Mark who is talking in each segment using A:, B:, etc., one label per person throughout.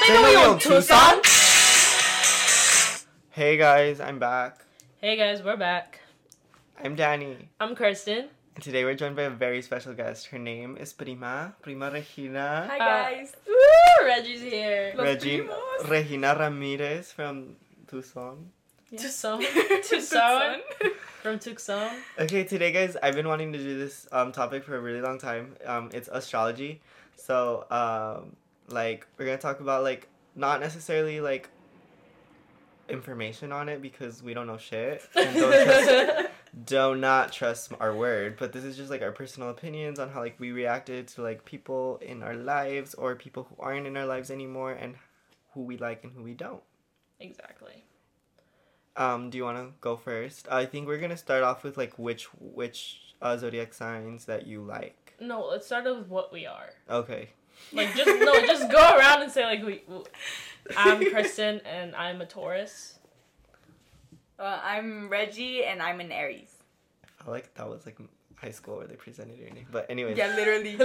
A: they know we on Tucson.
B: Hey guys, I'm back.
A: Hey guys, we're back.
B: I'm Danny.
A: I'm Kirsten.
B: And today we're joined by a very special guest. Her name is Prima, Prima Regina.
C: Hi
A: Uh,
C: guys.
A: Woo, Reggie's here.
C: Los
B: Regi-
C: primos.
B: Regina Ramirez from Tucson.
A: Tucson.
C: Tucson.
A: Tucson. From Tucson.
B: Okay, today, guys, I've been wanting to do this um, topic for a really long time. Um, it's astrology. So, um, like, we're gonna talk about like not necessarily like information on it because we don't know shit. And don't trust, do not trust our word. But this is just like our personal opinions on how like we reacted to like people in our lives or people who aren't in our lives anymore and who we like and who we don't.
A: exactly.
B: Um, do you want to go first? I think we're gonna start off with like which which uh, zodiac signs that you like.
A: No, let's start with what we are.
B: Okay.
A: Like just no, just go around and say like we. w- I'm Kristen and I'm a Taurus.
C: Uh, I'm Reggie and I'm an Aries.
B: I like that was like high school where they presented your name. But anyways,
C: Yeah, literally.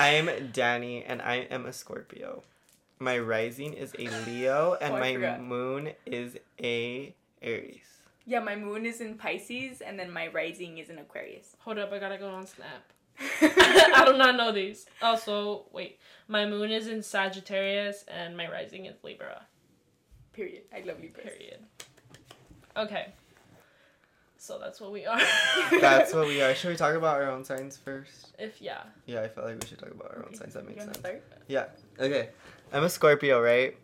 B: I am Danny and I am a Scorpio. My rising is a Leo and
C: Oh, I
B: my
C: forgot.
B: moon is a Aries.
C: yeah, my moon is in Pisces and then my rising is in Aquarius.
A: Hold up, I gotta go on Snap. I
C: I
A: do not know these. Also, wait. My moon is in Sagittarius and my rising is Libra.
C: Period. I love Libras.
A: Period. Okay. So that's what we are.
B: That's what we are. Should we talk about our own signs first?
A: if yeah.
B: Yeah, I feel like we should talk about our own signs. That
C: You
B: makes
C: wanna
B: sense.
C: start?
B: Okay. I'm a Scorpio, right?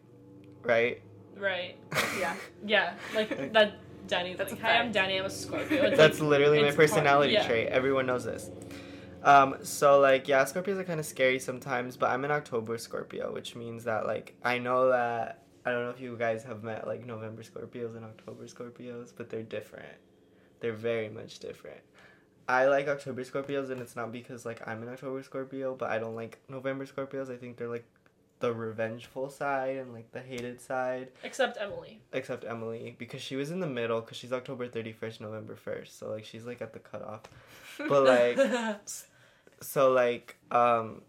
B: Right?
A: Right.
C: Yeah.
A: Yeah. Like that Danny's
C: That's
A: like,
C: a
A: hi, I'm
C: fact.
A: Danny, I'm a Scorpio. It's
B: That's
A: like,
B: literally my
A: it's part-
B: personality
A: yeah.
B: trait. Everyone knows this. Um, so like yeah, Scorpios are kind of scary sometimes, but I'm an October Scorpio, which means that like I know that I don't know if you guys have met like November Scorpios and October Scorpios, but they're different. They're very much different. I like October Scorpios and it's not because like I'm an October Scorpio, but I don't like November Scorpios. I think they're like the revengeful side and like the hated side
A: except Emily.
B: except Emily because she was in the middle because she's October 31st, November 1st. So like she's like at the cutoff. But like so like um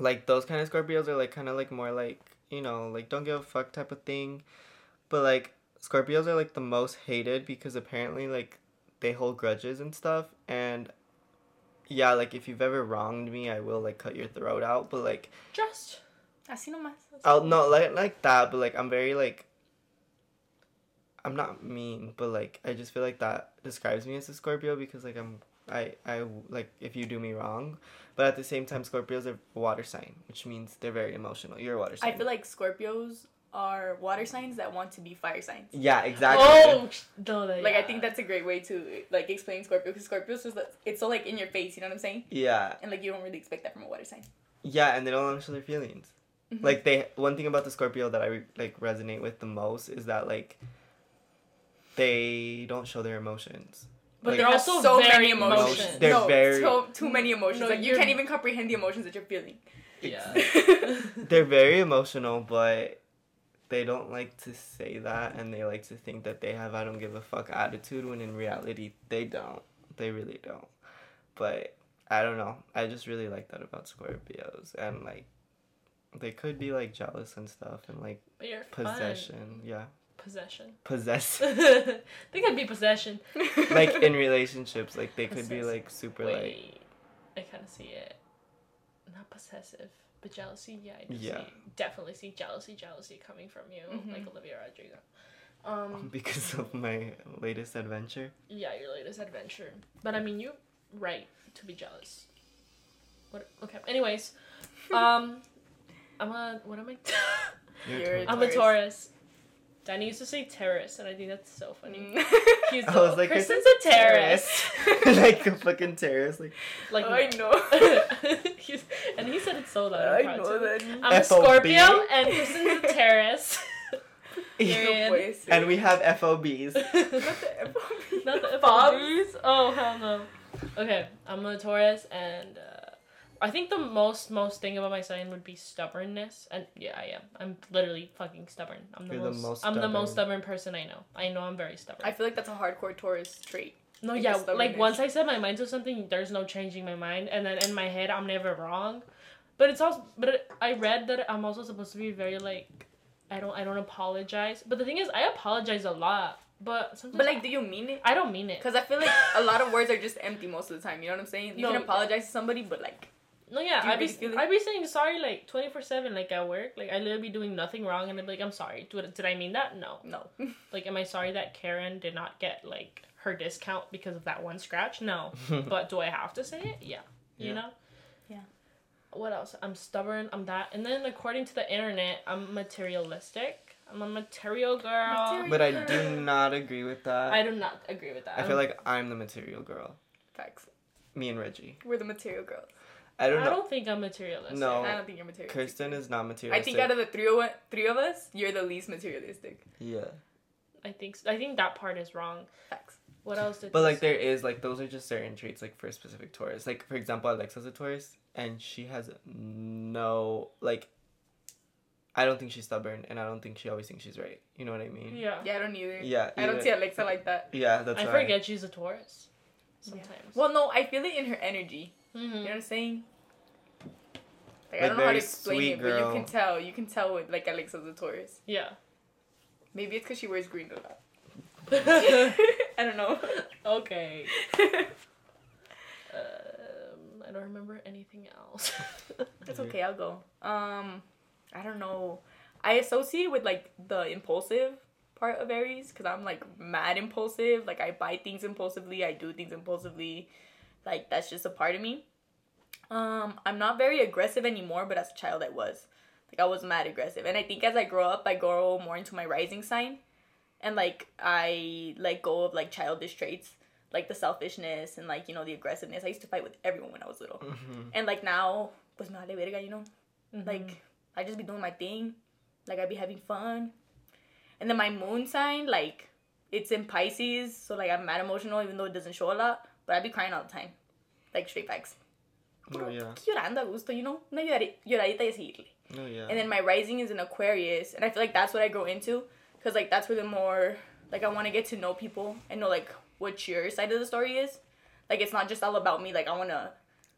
B: like those kind of Scorpios are like kind of like more like, you know, like don't give a fuck type of thing. But like Scorpios are like the most hated because apparently like they hold grudges and stuff and yeah, like if you've ever wronged me, I will like cut your throat out, but like
A: Just
C: Así nomás.
B: I'll no like like that, but like I'm very like I'm not mean, but like I just feel like that describes me as a Scorpio because like I'm I I like if you do me wrong, but at the same time Scorpios are a water sign, which means they're very emotional. You're a water
C: I
B: sign.
C: feel like Scorpios are water signs that want to be fire signs.
B: yeah, exactly.
A: Oh sh- no that,
C: Like I
A: yeah.
C: think that's a great way to like explain Scorpio because Scorpio's just like- it's so like in your face, you know what I'm saying?
B: Yeah,
C: And like you don't really expect that from a water sign.
B: yeah, and they don't show their feelings.
C: Mhm.
B: Like they one thing about the Scorpio that I like resonate with the most is that like they don't show their emotions.
A: But
B: like-
A: they're
C: They have
A: also
C: so
A: very
C: many emotions.
A: emotional.
B: They're
C: no,
B: very-
C: so- too many emotions.
A: No,
C: like you
A: you're-
C: can't even comprehend the emotions that you're feeling.
A: Yeah.
B: they're very emotional, but they don't like to say that, and they like to think that they have "I don't give a fuck" attitude when in reality they don't. They really don't. But I don't know. I just really like that about Scorpios, and like they could be like jealous and stuff, and like
A: But you're fun.
B: possession. Yeah,
A: Possession.
B: possess.
A: they could be possession.
B: like in relationships, like they could be
A: Possessive.
B: like super like
A: Wait, I kind of see it. Not possessive, but jealousy. Yeah, I do
B: Yeah.
A: see, definitely see jealousy, jealousy coming from you,
C: Mhm.
A: like Olivia Rodrigo. Um,
B: because of my latest adventure.
A: yeah, your latest adventure. But I mean, you right to be jealous. What? Okay. Anyways, um, I'm a what am I?
B: Your
C: You're
B: turn.
A: I'm a
C: Taurus.
A: Taurus. Danny used to say terrorist, and I think that's so
C: Mm.
A: funny. He's
B: I was
A: a,
B: like, I said
A: Kristen's a terrorist.
B: like a fucking terrorist. Like
A: Like
C: I know.
A: he's, and he said it so loud. I'm
C: I
A: proud
C: know
A: too.
C: that.
A: I'm a
B: FOB.
A: Scorpio and Kristen's a terrorist.
C: No
A: Period.
C: puede ser.
B: and we have FOBs.
C: Not the FOB.
A: Not the
C: Bob.
A: FOBs. Oh hell no. Okay, I'm a Taurus, and uh, I think the most most thing about my sign would be stubbornness. And yeah, I am. I'm literally fucking stubborn. I'm the,
B: You're the
A: most,
B: most
A: I'm the most stubborn
B: stubborn.
A: person I know. I know I'm very stubborn.
C: I feel like that's a hardcore Taurus trait.
A: no,
C: like
A: yeah,
C: the
A: like
C: stubbornness.
A: once I set my mind to something, there's no changing my mind. And then in my head, I'm never wrong. But it's also but it, I read that I'm also supposed to be very like I don't I don't apologize. But the thing is I apologize a lot. But sometimes
C: But like, do you mean it?
A: I don't mean it.
C: Because I feel like a lot of words are just empty most of the time. You know what I'm saying? You
A: No.
C: can apologize to somebody, but like,
A: No, yeah,
C: Do you
A: I'd be
C: really feel it?
A: I'd be saying sorry like twenty four seven like at work. Like I literally be doing nothing wrong and I'd be like I'm sorry. Did, did I mean that? No.
C: no.
A: Like am I sorry that Karen did not get like her discount because of that one scratch? No. But do I have to say it? Yeah. You
B: Yeah.
A: know?
C: Yeah.
A: What else? I'm stubborn. I'm that. And then according to the internet, I'm materialistic. I'm a material girl.
C: Material-
B: but I do not agree with that.
A: I do not agree with that.
B: I feel like I'm the material girl.
C: Facts.
B: Me and Reggie.
C: We're the material girls.
B: I don't
A: I
B: know.
A: don't think I'm materialistic.
B: No.
C: I don't think you're materialistic.
B: Oh, Kirsten is not
C: I
B: materialistic.
C: think out of the three of three of us, you're the least materialistic.
B: yeah.
A: I think s- I think that part is wrong.
C: Facts.
A: What else did
B: But
A: they
B: like
A: say?
B: there is like those are just certain traits like for specific Taurus. Like for example, Alexa's a Taurus and she has no like I don't think she's stubborn and I don't think she always thinks she's right. You know what I mean?
A: Yeah.
C: Yeah, I don't either.
B: Yeah.
C: I don't
B: either-
C: see Alexa like that.
B: Yeah, that's
A: I
B: why.
A: forget she's a Taurus.
C: Yeah.
A: Sometimes.
C: Well, no, I feel it in her energy.
A: Mhm.
C: You know what I'm saying? Like, I
B: Like,
C: don't know how
B: very
C: to explain
B: sweet
C: it, but
B: girl.
C: you can tell. You can tell with like Alexa's a Taurus.
A: Yeah.
C: Maybe it's because she wears green a lot. I don't know.
A: okay. Um, I don't remember anything else.
C: That's okay. I'll go. Um, I don't know. I associate with like the impulsive part of Aries because I'm like mad impulsive. Like I buy things impulsively. I do things impulsively. Like that's just a part of me. Um, I'm not very aggressive anymore, but as a child I was. Like I was mad aggressive, and I think as I grow up, I grow more into my rising sign, and like I let go of like childish traits, like the selfishness and like you know the aggressiveness. I used to fight with everyone when I was little.
B: Mhm.
C: And like now, pues me vale verga, you know?
A: Mhm.
C: Like I just be doing my thing. Like I be having fun. And then my moon sign, like it's in Pisces, so like I'm mad emotional even though it doesn't show a lot, but I be crying all the time. Like straight facts.
B: No, Oh, yeah.
C: Llorando a gusto, you know? Una llorari- lloradita y seguirle.
B: No, yeah.
C: And then my rising is in Aquarius, and I feel like that's what I grow into, cause like that's where the more like I want to get to know people and know like what your side of the story is. Like it's not just all about me. Like I want to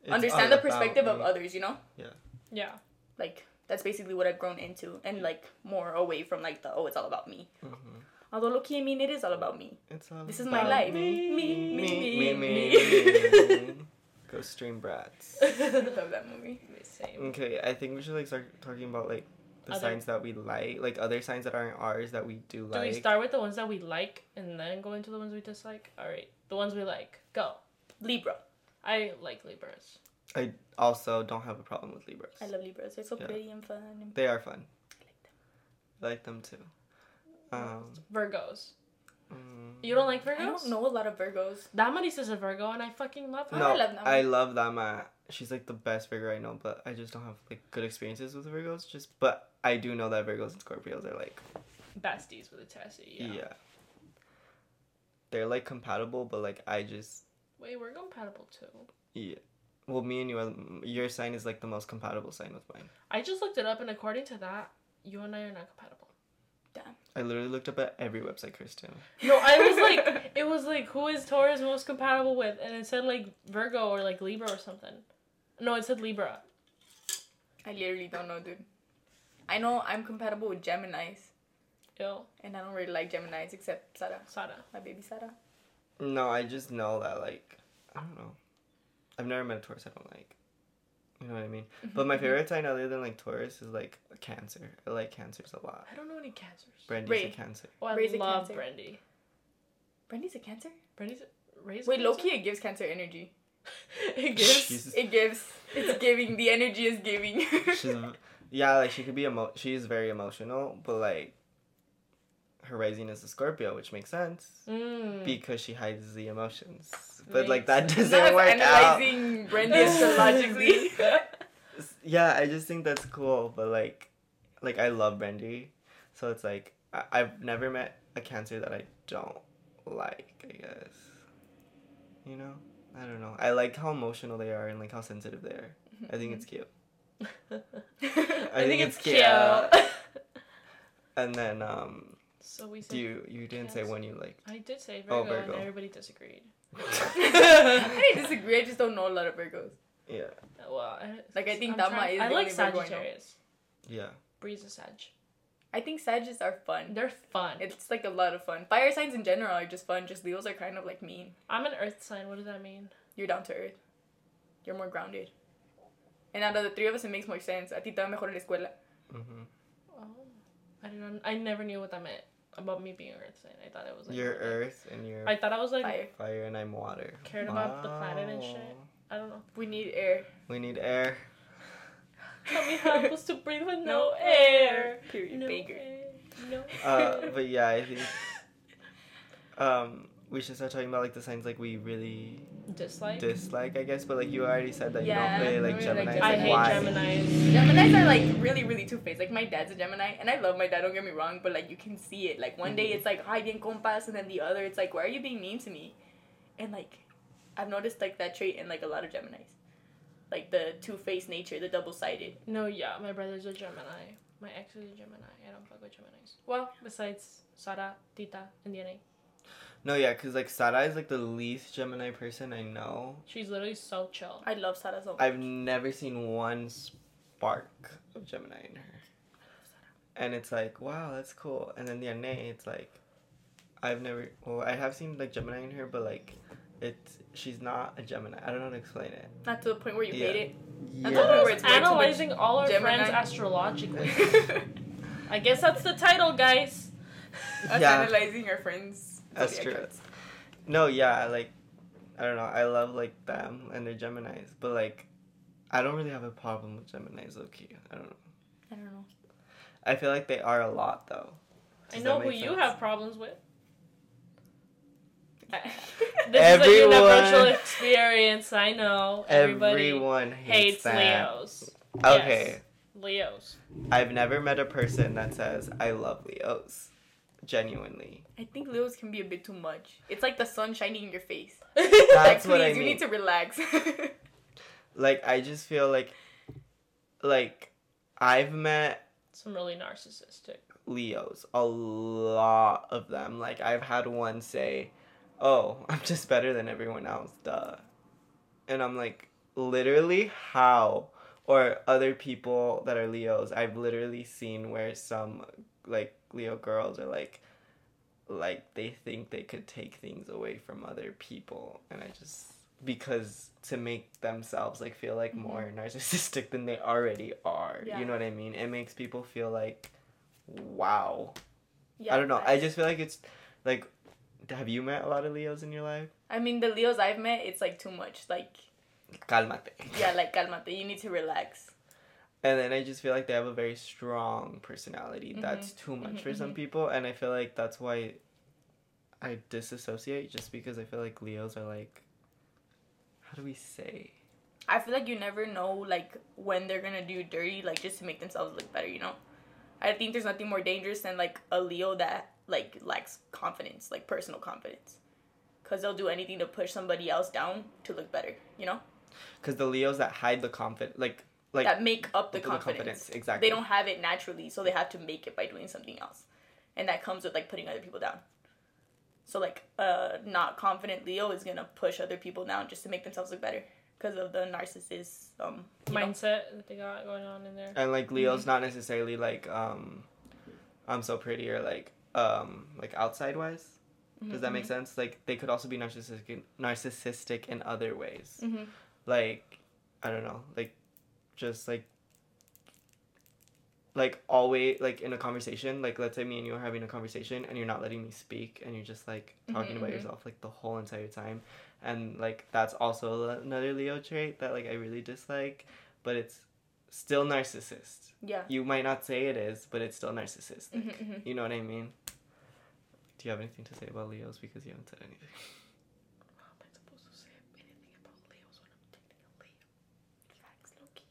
B: It's all
C: understand the
B: about
C: perspective of
B: me.
C: others, you know?
A: yeah.
C: Like that's basically what I've grown into and like more away from like the oh it's all about me.
B: Mhm.
C: Although Loki, I mean it is all about me.
B: It's all
C: This is my
B: about
C: life.
B: Me,
C: Me,
B: me,
C: me,
B: me, me.
C: me.
B: me. Go stream brats.
C: I love that movie.
A: Same.
B: Okay, I think we should like start talking about like the
A: Other-
B: signs that we like, like other signs that aren't ours that we do
A: Do
B: like.
A: we start with the ones that we like and then go into the ones we dislike? All right, the ones we like. Go.
C: Libra.
A: I like Libras.
B: also, don't have a problem with Libras.
C: I love Libras. They're so
B: Yeah.
C: pretty and fun. And
B: they are fun.
C: I like them.
B: I like them too. Um,
A: Virgos.
B: mm,
A: You don't like Virgos?
C: I don't know a lot of Virgos.
A: Damaris is a Virgo, and I fucking love her.
C: I
B: No,
C: love
B: I love
C: them.
B: that. I love Dama. She's like the best Virgo I know, but I just don't have like good experiences with Virgos. Just, but I do know that Virgos and Scorpios are like,
A: Besties with a Tessie.
B: yeah.
A: Yeah.
B: They're like compatible, but like I just,
A: Wait, we're compatible too.
B: yeah. Well, me and you, are, your sign is like the most compatible sign with mine.
A: I just looked it up, and according to that, you and I are not compatible.
B: I literally looked up at every website, Kristen.
A: No, I was like, it was like, who is Taurus most compatible with? And it said like Virgo or like Libra or something. No, it said Libra.
C: I literally don't know, dude. I know I'm compatible with Geminis,
A: Ew,
C: and I don't really like Geminis except Sarah,
A: Sada.
C: my baby Sarah.
B: No, I just know that like I don't know. I've never met a Taurus I don't like. You know what I mean? But my favorite sign other than like Taurus is like Cancer. I like Cancers a lot.
A: I don't know any Cancers.
B: Brandy's
C: Ray.
B: a Cancer.
A: Oh, I
C: Ray's a
A: love
C: Cancer.
A: Brandy.
C: Brandy's a Cancer.
A: Brandy's Ray's a
C: Wait,
A: Cancer?
C: Loki, it gives Cancer energy.
A: it gives.
B: She's
C: It gives. It's giving. The energy is giving.
B: she's yeah like she could be emo. She's very emotional, but like her rising is a Scorpio, which makes sense
A: Mm.
B: because she hides the emotions. But
A: Makes
B: like that
A: sense.
B: doesn't
C: Now
B: work
C: it's
B: out.
C: analyzing Brandy astrologically.
B: yeah, I just think that's cool, but like, like I love Brandy, so it's like I- I've never met a cancer that I don't like. I guess, you know, I don't know. I like how emotional they are and like how sensitive they are. I think it's cute.
A: Mm-hmm. I,
B: think
A: think,
B: it's
A: it's
B: cute.
A: cute.
B: And then, um,
A: so we said.
B: do you you didn't say when you like?
A: I did say Virgo,
B: Oh,
A: and
B: Virgo.
A: everybody disagreed.
C: I disagree. I just don't know a lot of Virgos.
B: Yeah.
A: Well, I,
C: Like, I think
A: I'm
C: that
A: trying-
C: might is
A: I
C: the
A: like
C: only one going up.
A: Sagittarius.
B: Yeah.
A: Breeze is Sag.
C: I think Sagittarius are fun.
A: They're fun.
C: It's like a lot of fun. Fire signs in general are just fun. Just Leos are kind of like mean.
A: I'm an Earth sign. What does that mean?
C: You're down to earth. You're more grounded. And out of the three of us, it makes more sense. A ti te va mejor en la escuela.
B: Mm-hmm.
A: Oh, I didn't. un- I never knew what that meant about me being an Earth sign. I thought it was like.
B: You're
A: like-
B: earth and you're
A: I thought I was like.
C: Fire.
B: fire and I'm water.
A: Cared about the planet and shit.
B: Wow.
A: I don't know.
C: We need air.
B: We need air.
A: Tell me how I'm supposed to breathe with no, air.
C: Period.
A: No
C: Baker.
A: air. No.
B: Uh,
A: air.
B: but yeah, I think um we should start talking about like the signs like we really
A: Dislike.
B: dislike, I guess. But like you already said that
C: Yeah,
B: you don't really
C: I
B: like
C: don't really
B: Gemini.
C: like
A: I
C: Dislike.
A: hate
B: Why?
A: Gemini's.
C: Geminis are like really, really two faced. Like my dad's a Gemini, and I love my dad. Don't get me wrong, but like you can see it. Like one day
B: Mm-hmm.
C: it's like hi bien compas, and then the other it's like why are you being mean to me? And like I've noticed like that trait in like a lot of Geminis, like the two faced nature, the double sided.
A: No, yeah, my brother's a Gemini. My ex is a Gemini. I don't fuck with Geminis. Well, besides Sara, Tita, and Diane.
B: No, yeah, because like Sada is like the least Gemini person I know.
A: She's literally so chill.
C: I love Sara so much.
B: I've never seen one spark of Gemini in her. And it's like, wow, that's cool. And then the Ane, it's like, I've never, well, I have seen like Gemini in her, but like, it's, she's not a Gemini. I don't know how to explain it.
C: Not to the point where you
B: Yeah.
C: hate it.
B: Yeah.
C: That's
A: I thought
C: Yeah.
A: it
C: Where
A: was
C: it's way too much
A: analyzing all our
C: Gemini.
A: friends astrologically. I guess that's the title, guys.
C: Us
B: Yeah.
C: analyzing our friends.
B: That's
C: zodiac
B: true.
C: charts.
B: No, yeah, like I don't know. I love like them and their Geminis, but like I don't really have a problem with Geminis, okay. I don't know.
C: I don't know.
B: I feel like they are a lot though.
A: I
B: Does
A: know
B: that
A: who
B: make
A: you
B: sense?
A: have problems with. I-
C: I
B: Eh.
A: This is a universal
B: Everyone-
A: experience. I know. Everybody
B: Everyone
A: hates
B: hates, them.
A: Leos.
B: Okay,
A: Leos.
B: I've never met a person that says I love Leos, genuinely.
C: think Leos can be a bit too much. It's like the sun shining in your face.
B: That's
C: like,
B: what I
C: please, You
B: mean.
C: need to relax.
B: Like I just feel like, like I've met
A: Some really narcissistic.
B: Leos, a lot of them. Like I've had one say, "Oh, I'm just better than everyone else." Duh. And I'm like, literally how? Or other people that are Leos, I've literally seen where some like Leo girls are like like they think they could take things away from other people and I just because to make themselves like feel like more narcissistic than they already are.
C: Yeah.
B: You know what I mean? It makes people feel like wow.
C: yeah,
B: I don't know. I just feel like it's like have you met a lot of Leos in your life?
C: I mean, the Leos I've met, it's like too much. Like,
B: Calmate.
C: yeah, like calmate. You need to relax.
B: And then I just feel like they have a very strong personality. That's too much
C: Mhm,
B: for some people and I feel like that's why I disassociate just because I feel like Leos are like how do we say?
C: I feel like you never know like when they're gonna do dirty, like just to make themselves look better. You know, I think there's nothing more dangerous than like a Leo that like lacks confidence, like personal confidence, because they'll do anything to push somebody else down to look better. You know,
B: Cuz the Leos that hide the confidence like like
C: that make up the
B: the confidence,
C: confidence.
B: exactly.
C: They don't have it naturally, so they have to make it by doing something else, and that comes with like putting other people down. So like a not confident Leo is gonna push other people down just to make themselves look better because of the narcissist um you know?
A: Mindset that they got going on in there.
B: and like leo's not necessarily like um i'm so pretty or like um like outside wise does that make sense like they could also be narcissistic in, narcissistic in other ways
C: Mhm.
B: like i don't know like just like like always like in a conversation like let's say me and you are having a conversation and you're not letting me speak and you're just like talking
C: Mhm,
B: about
C: mhm.
B: yourself like the whole entire time and like that's also another leo trait that like i really dislike but it's still narcissist
C: Yeah.
B: you might not say it is but it's still narcissistic
C: Mhm, mhm.
B: you know what i mean do you have anything to say about leos because you haven't said anything
A: How
C: Uh,
A: am I supposed to say anything about Leos when I'm dating a Leo?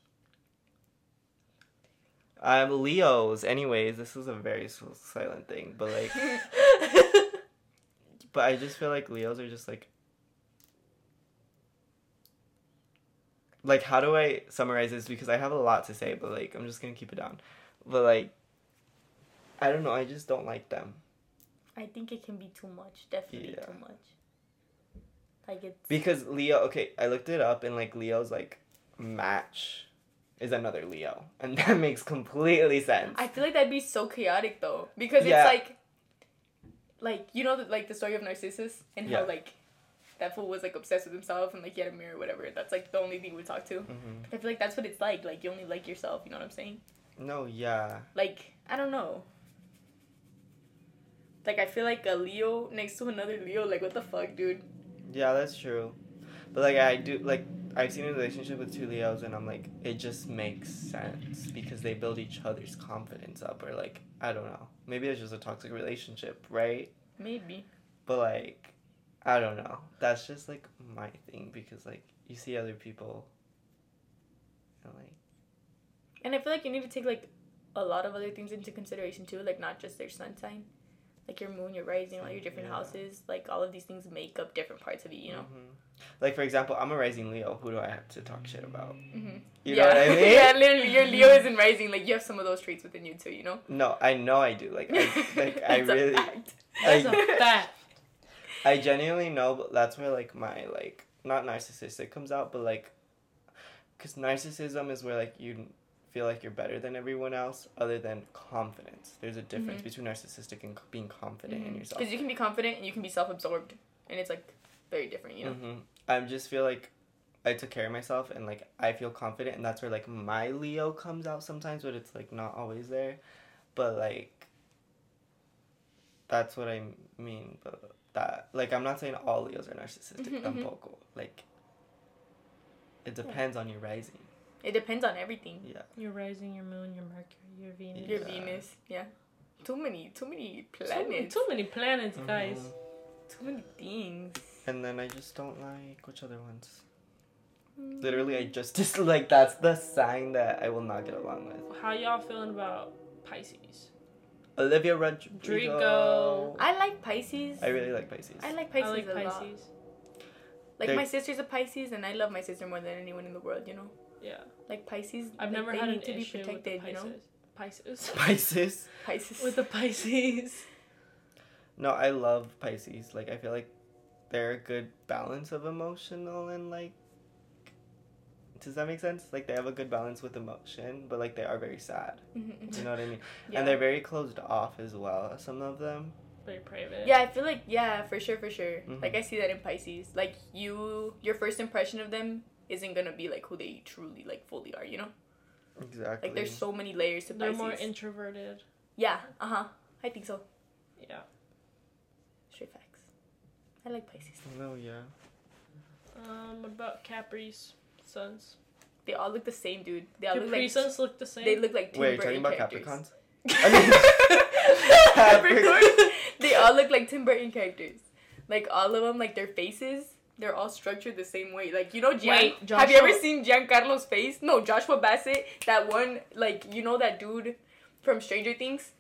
B: um leos anyways this is a very s- silent thing but like but i just feel like leos are just like like how do i summarize this because i have a lot to say but like i'm just gonna keep it down but like i don't know i just don't like them
C: I think it can be too much. Definitely
B: Yeah.
C: too much. Like it's
B: Because Leo, okay, I looked it up and like Leo's like match is another Leo. And that makes completely sense.
C: I feel like that'd be so chaotic though, because
B: Yeah.
C: it's like, like you know, the, like the story of Narcissus and
B: Yeah.
C: how like that fool was like obsessed with himself and like he had a mirror, or whatever. That's like the only thing we talk to.
B: Mhm.
C: I feel like that's what it's like. Like you only like yourself. You know what I'm saying?
B: No, yeah.
C: Like I don't know. Like I feel like a Leo next to another Leo. Like what the fuck, dude?
B: Yeah, that's true. But like I do like I've seen a relationship with two Leos and I'm like it just makes sense because they build each other's confidence up or like I don't know. Maybe it's just a toxic relationship, right?
C: Maybe.
B: But like I don't know. That's just like my thing because like you see other people and like
C: And I feel like you need to take like a lot of other things into consideration too, like not just their sun sign, like your moon, your rising, all your different
B: Yeah.
C: houses, like all of these things make up different parts of you, you know.
B: mhm. Like for example, I'm a rising Leo. Who do I have to talk shit about?
C: Mhm.
B: You
C: yeah.
B: know what I mean?
C: yeah, literally, your Leo is in rising. Like you have some of those traits within you too, you know.
B: No, I know I do. Like I like I
C: It's a
B: really
C: fact.
A: That's
B: I-
A: a fact.
B: I genuinely know, but that's where like my like not narcissistic comes out, but like, cause narcissism is where like you feel like you're better than everyone else, other than confidence. There's a difference
C: Mhm.
B: between narcissistic and c- being confident in yourself.
C: Because you can be confident and you can be self-absorbed, and it's like very different, you know.
B: hmm I just feel like I took care of myself and like I feel confident, and that's where like my Leo comes out sometimes, but it's like not always there. But like, that's what I mean. But that like I'm not saying all Leos are narcissistic.
C: Mhm, mhm.
B: Tampoco. Like, it depends on your rising.
C: It depends on everything.
B: Yeah.
A: Your rising, your moon, your Mercury, your Venus.
C: Your
B: Yeah.
C: Venus, yeah. Too many, too many
A: Too- Too,
C: planets,
A: many planets, guys.
B: Mhm.
C: too many things.
B: And then I just don't like which other ones.
C: Mm.
B: Literally, I just dislike. That's the sign that I will not get along with.
A: How y'all feeling about Pisces?
B: Olivia Rodrigo.
C: I like Pisces.
B: I really like Pisces.
C: I like Pisces
A: I like
C: a
A: Pisces.
C: lot. Like
B: They're-
C: my sister's a Pisces, and I love my sister more than anyone in the world. You know,
A: Yeah.
C: like Pisces.
A: I've
C: like,
A: never
C: they
A: had an
C: need to be
A: issue with the
C: protected,
A: Pisces.
C: you know?
A: Pisces.
B: Pisces.
C: Pisces.
A: with the Pisces.
B: No, I love Pisces. Like I feel like they're a good balance of emotional and like does that make sense? Like they have a good balance with emotion, but like they are very sad.
C: Mhm.
B: You know what I mean?
C: yeah.
B: And they're very closed off as well, some of them.
A: Very private.
C: yeah, I feel like yeah, for sure, for sure.
B: Mhm.
C: Like I see that in Pisces. Like you, your first impression of them isn't gonna be like who they truly like fully are. You know,
B: Exactly.
C: like there's so many layers to
A: They're
C: Pisces.
A: more introverted.
C: yeah. Uh huh. I think so.
A: Yeah.
C: Straight facts. I like Pisces.
B: No, Oh, yeah.
A: Um, what about Capri's sons?
C: They all look the same, dude. They all
A: Capri
C: look like
A: sons look the same.
C: they look like Tim
B: Wait, are you talking
C: Burton
B: about
C: characters.
B: Capricorns?
C: Capricorn. they all look like Tim Burton characters. Like all of them, like their faces, they're all structured the same way. Like you know, Gian,
A: Wait,
C: have you ever
A: Joshua-
C: seen Giancarlo's face? No, Joshua Bassett, that one, like you know that dude from Stranger Things.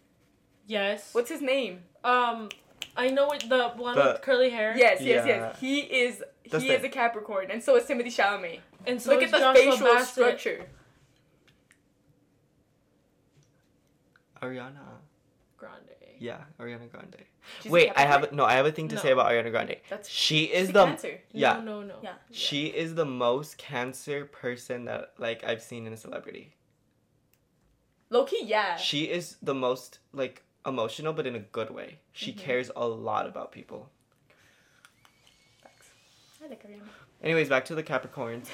A: yes.
C: What's his name?
A: Um, I know what the one
B: The-
A: with curly hair.
C: Yes, yes,
B: Yeah.
C: yes. He is.
B: That's
C: he
B: the-
C: is a Capricorn, and so is Timothy Chalamet.
A: And so
C: look
A: is
C: at the
A: Joshua
C: facial
A: Bassett.
C: structure.
B: Ariana.
A: Grande.
B: Yeah, Ariana Grande.
C: She's a
B: Wait, I have
C: Capricorn?
B: a, no, I have a thing to
A: No.
B: say about Ariana Grande.
C: That's
B: She
C: she's
B: is
C: a
B: the
C: Cancer.
B: yeah.
A: No, no, no.
C: Yeah.
B: She is the most cancer person that like I've seen in a celebrity.
C: Loki, yeah.
B: She is the most like emotional, but in a good way. She
C: Mhm.
B: cares a lot about people.
C: Facts. I like Ariana.
B: Anyways, back to the Capricorns.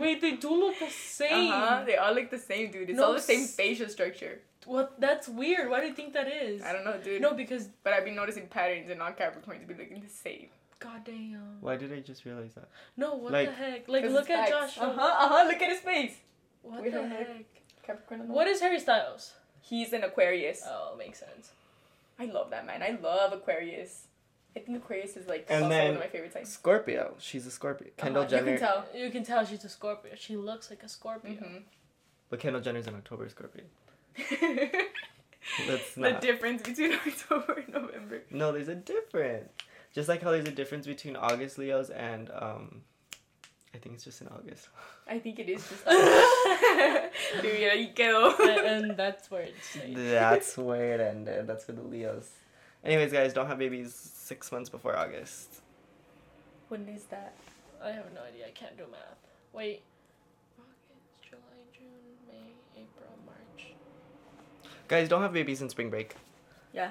A: Wait, they do look the same.
C: Uh-huh. They all look the same, dude. It's
A: No
C: all the same
A: s-
C: facial structure.
A: What? That's weird. Why do you think that is?
C: I don't know, dude.
A: No, because
C: But I've been noticing patterns and not Capricorns be looking the same.
A: goddamn.
B: Why did I just realize that?
A: No, what
B: Like-
A: the heck? Like, look at Joshua.
C: Uh huh, uh huh, look at his face.
A: What
C: We
A: the
C: don't like-
A: heck?
C: Capricorn. on the
A: What
C: left.
A: is Harry Styles?
C: He's an Aquarius.
A: Oh, makes sense.
C: I love that man. I love Aquarius. I think Aquarius is like
B: And
C: also
B: then-
C: one of my favorite signs.
B: Scorpio. She's a Scorpio. Kendall
C: Uh-huh,
B: Jenner.
C: You can tell.
A: You can tell she's a Scorpio. She looks like a Scorpio.
B: But Kendall Jenner's in October Scorpio.
C: Mm-hmm.
B: That's
C: the
B: not.
C: difference between October and November.
B: no, there's a difference. Just like how there's a difference between August Leos and um, I think it's just in August.
C: I think it is just. Dude, yeah, you quedó.
A: and, and um, that's where it's safe.
B: That's where it ended. That's where the Leos. Anyways, guys, don't have babies six months before August.
C: When is that?
A: I have no idea. I can't do math. Wait.
B: Guys, don't have babies in spring break.
C: Yeah.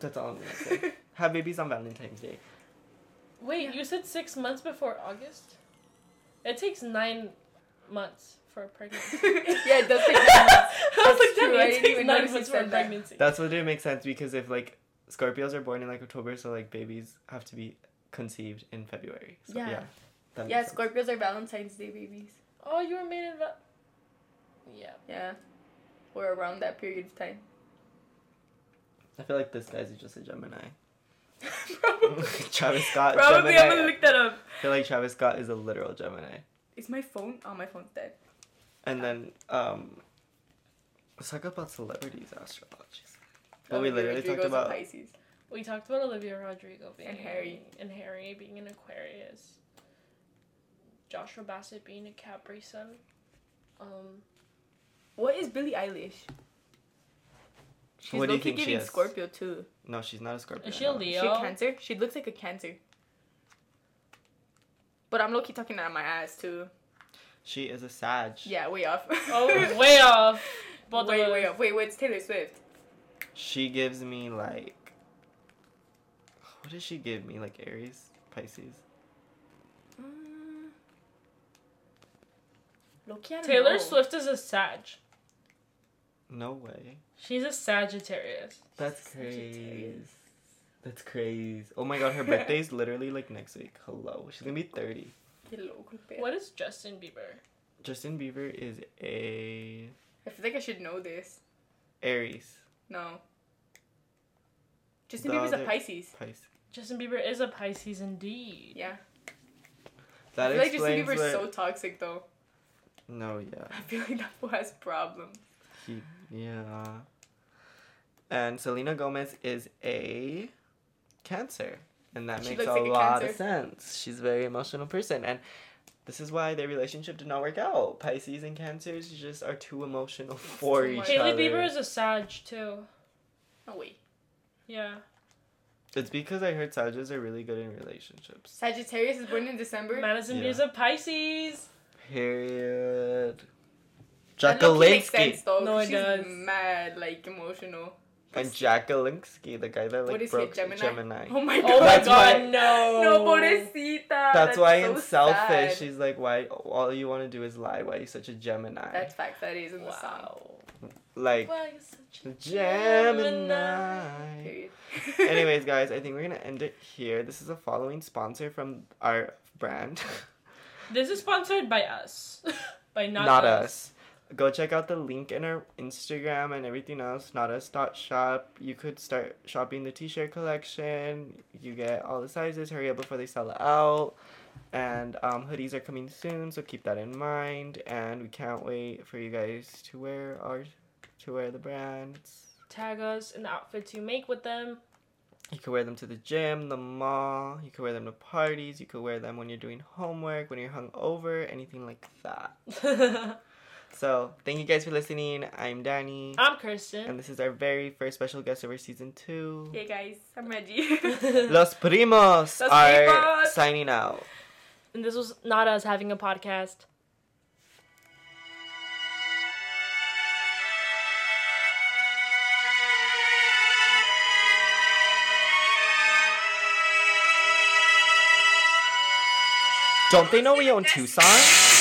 B: That's all I'm gonna say. have babies on Valentine's Day.
A: Wait, you said six months before August? It takes nine months for a pregnancy.
C: yeah, it does take nine months.
A: I was
C: That's
A: like,
C: true,
A: damn,
C: I
A: it
C: didn't
A: takes
C: even
A: nine
C: notice you
A: months for a
C: said that.
A: pregnancy.
B: That's what didn't make sense because if like Scorpios are born in like October, so like babies have to be conceived in February. So,
C: Yeah.
B: yeah. that
C: Yeah,
B: makes sense.
C: Scorpios are Valentine's Day babies.
A: oh, you were made in. Va- yeah.
C: Yeah. Or around that period of time.
B: I feel like this guy's just a Gemini.
C: Probably.
B: Travis Scott.
C: Probably, I'm
B: Uh, Gemini. uh,
C: gonna look that up.
B: I feel like Travis Scott is a literal Gemini.
C: Is my phone? Oh, my phone's dead.
B: And then um, let's talk about celebrities astrologies. But
C: Oh,
B: we
C: the
B: literally
C: Virgos
B: talked
C: and
B: about-
C: Pisces.
A: We talked about Olivia Rodrigo being
C: And Harry.
A: and Harry being an Aquarius. Joshua Bassett being a Capri Sun. Um,
C: What is Billie Eilish? She's
B: What do you
C: low-key
B: think she
C: giving
B: is?
C: Scorpio too.
B: No, she's not a Scorpio.
A: Is she a
B: no.
A: Leo?
C: Is she a Cancer? She looks like a Cancer. But I'm low-key talking out of my ass too.
B: She is a Sag.
C: Yeah, way off.
A: oh, way off. Both
C: Way,
A: of
C: way
A: us.
C: off. Wait, wait, it's Taylor Swift.
B: She gives me like. What does she give me? Like Aries, Pisces.
A: Uh,
C: Mm. Low-key, I don't
A: Taylor
C: know.
A: Swift is a Sag.
B: No way.
A: She's a Sagittarius.
B: That's crazy.
C: Sagittarius.
B: That's crazy. Oh my god, her birthday's literally like next week. Hello. She's gonna be 30.
C: Hello, compare.
A: What is Justin Bieber?
B: Justin Bieber is a
C: I feel like I should know this.
B: Aries.
C: No. Justin
B: The
C: Bieber's a
B: other-
C: Pisces.
B: Pisces.
A: Justin Bieber is a Pisces indeed.
C: Yeah.
B: That
C: I feel like Justin
B: explains
C: Bieber's
B: what...
C: so toxic though.
B: No, yeah.
C: I feel like that boy has problems.
B: He... Yeah. And Selena Gomez is a Cancer. And that
C: She
B: makes
C: looks
B: a
C: like a
B: lot of
C: Cancer.
B: sense. She's a very emotional person. And this is why their relationship did not work out. Pisces and Cancers just are too emotional for
C: too
B: each
C: much.
A: Haley
B: other.
A: Bieber is a Sag too.
C: No way.
A: Yeah.
B: It's because I heard Sages are really good in relationships.
C: Sagittarius is born in December.
A: Madison
B: Yeah.
A: Beer's a Pisces.
B: Period.
C: That low-key makes sense
B: Jackalinsky.
C: though.
A: No,
C: 'cause
A: it
C: she's
A: does.
C: mad, like emotional.
B: And Jackalinsky, the guy that like
C: what is
B: broke
C: it,
B: Gemini.
C: Gemini? Oh my god.
A: Oh my
B: That's
A: god,
B: why-
A: no.
C: No, pobrecita. That's,
B: That's, why
C: so
B: in Selfish,
C: sad.
B: she's like, why all you want to do is lie. Why are you such a Gemini?
C: That's fact. That is in the song.
A: Wow.
B: like,
A: Why you such a
B: Gemini.
C: Period.
B: Anyways, guys, I think we're going to end it here. This is a following sponsor from our brand,
A: This is sponsored by us. by not,
B: Not, us. Go check out the link in our Instagram and everything else, notus.shop. You could start shopping the t shirt collection. You get all the sizes. Hurry up before they sell out. And um, hoodies are coming soon, so keep that in mind. And we can't wait for you guys to wear our to wear the brands.
A: Tag us in the outfits you make with them.
B: You could wear them to the gym, the mall. You could wear them to parties. You could wear them when you're doing homework, when you're hungover, anything like that.
A: I'm
B: So thank you guys for listening. I'm Danny.
A: Kirsten.
B: And this is our very first special guest over season two.
C: Hey guys, I'm Reggie.
B: Los Primos
C: Los
B: are
C: Primos.
B: signing out.
A: and this was not us having a podcast.
B: Don't they know we own Tucson?